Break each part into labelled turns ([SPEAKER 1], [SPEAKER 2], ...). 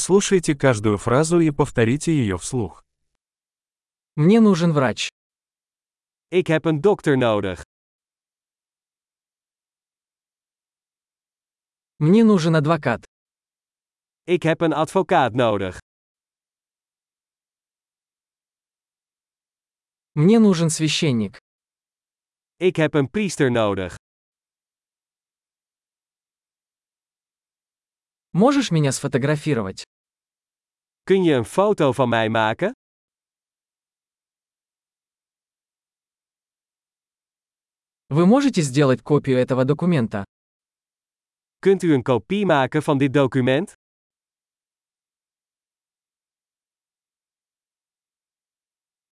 [SPEAKER 1] Прослушайте каждую фразу и повторите ее вслух.
[SPEAKER 2] Мне нужен врач.
[SPEAKER 3] Ik heb een dokter nodig.
[SPEAKER 2] Мне нужен адвокат.
[SPEAKER 3] Ik heb een advocaat nodig.
[SPEAKER 2] Мне нужен священник.
[SPEAKER 3] Ik heb een priester nodig.
[SPEAKER 2] Можешь меня сфотографировать?
[SPEAKER 3] Kun je een foto van mij maken?
[SPEAKER 2] Вы можете сделать копию этого документа?
[SPEAKER 3] Kunt u een kopie maken van dit document?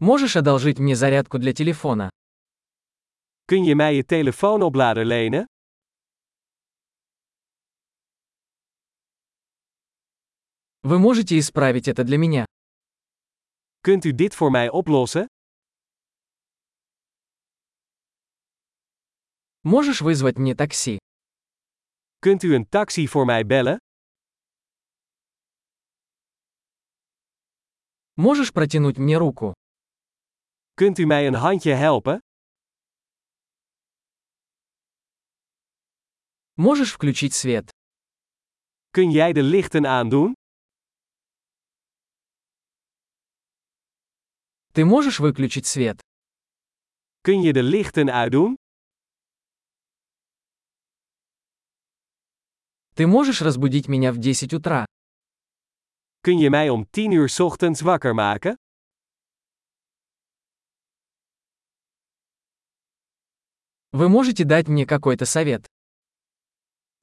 [SPEAKER 2] Можешь одолжить мне зарядку для телефона?
[SPEAKER 3] Kun je mij je telefoonoplader lenen?
[SPEAKER 2] Вы можете исправить это для меня?
[SPEAKER 3] Kunt u dit voor mij oplossen?
[SPEAKER 2] Можешь вызвать мне такси?
[SPEAKER 3] Kunt u een taxi voor mij bellen?
[SPEAKER 2] Можешь протянуть мне руку?
[SPEAKER 3] Kunt u mij een handje helpen?
[SPEAKER 2] Можешь включить свет?
[SPEAKER 3] Kun jij de lichten aandoen?
[SPEAKER 2] Ты можешь выключить свет?
[SPEAKER 3] Kun je de lichten uitdoen?
[SPEAKER 2] Ты можешь разбудить меня в 10 утра?
[SPEAKER 3] Kun je mij om 10 uur 's ochtends wakker maken?
[SPEAKER 2] Вы можете дать мне какой-то совет?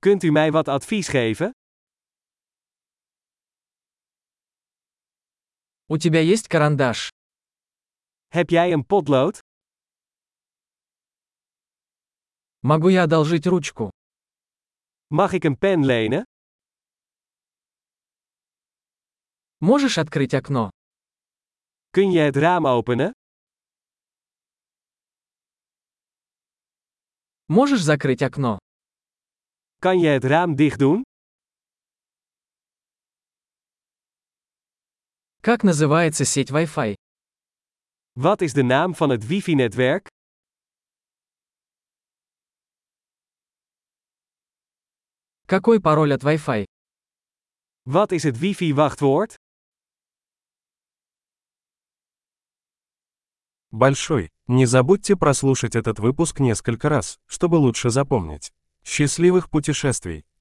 [SPEAKER 3] Kunt u mij wat advies geven?
[SPEAKER 2] У тебя есть карандаш?
[SPEAKER 3] Heb jij een potlood?
[SPEAKER 2] Могу я одолжить ручку?
[SPEAKER 3] Mag ik een pen lenen?
[SPEAKER 2] Можешь открыть окно?
[SPEAKER 3] Kun je het raam openen?
[SPEAKER 2] Можешь закрыть окно?
[SPEAKER 3] Kan je het raam dicht doen?
[SPEAKER 2] Как называется сеть Wi-Fi?
[SPEAKER 3] Wat is de naam van het wifi-netwerk?
[SPEAKER 2] Какой пароль от Wi-Fi?
[SPEAKER 3] Wat is het wifi-wachtwoord?
[SPEAKER 1] Большой. Не забудьте прослушать этот выпуск несколько раз, чтобы лучше запомнить. Счастливых путешествий!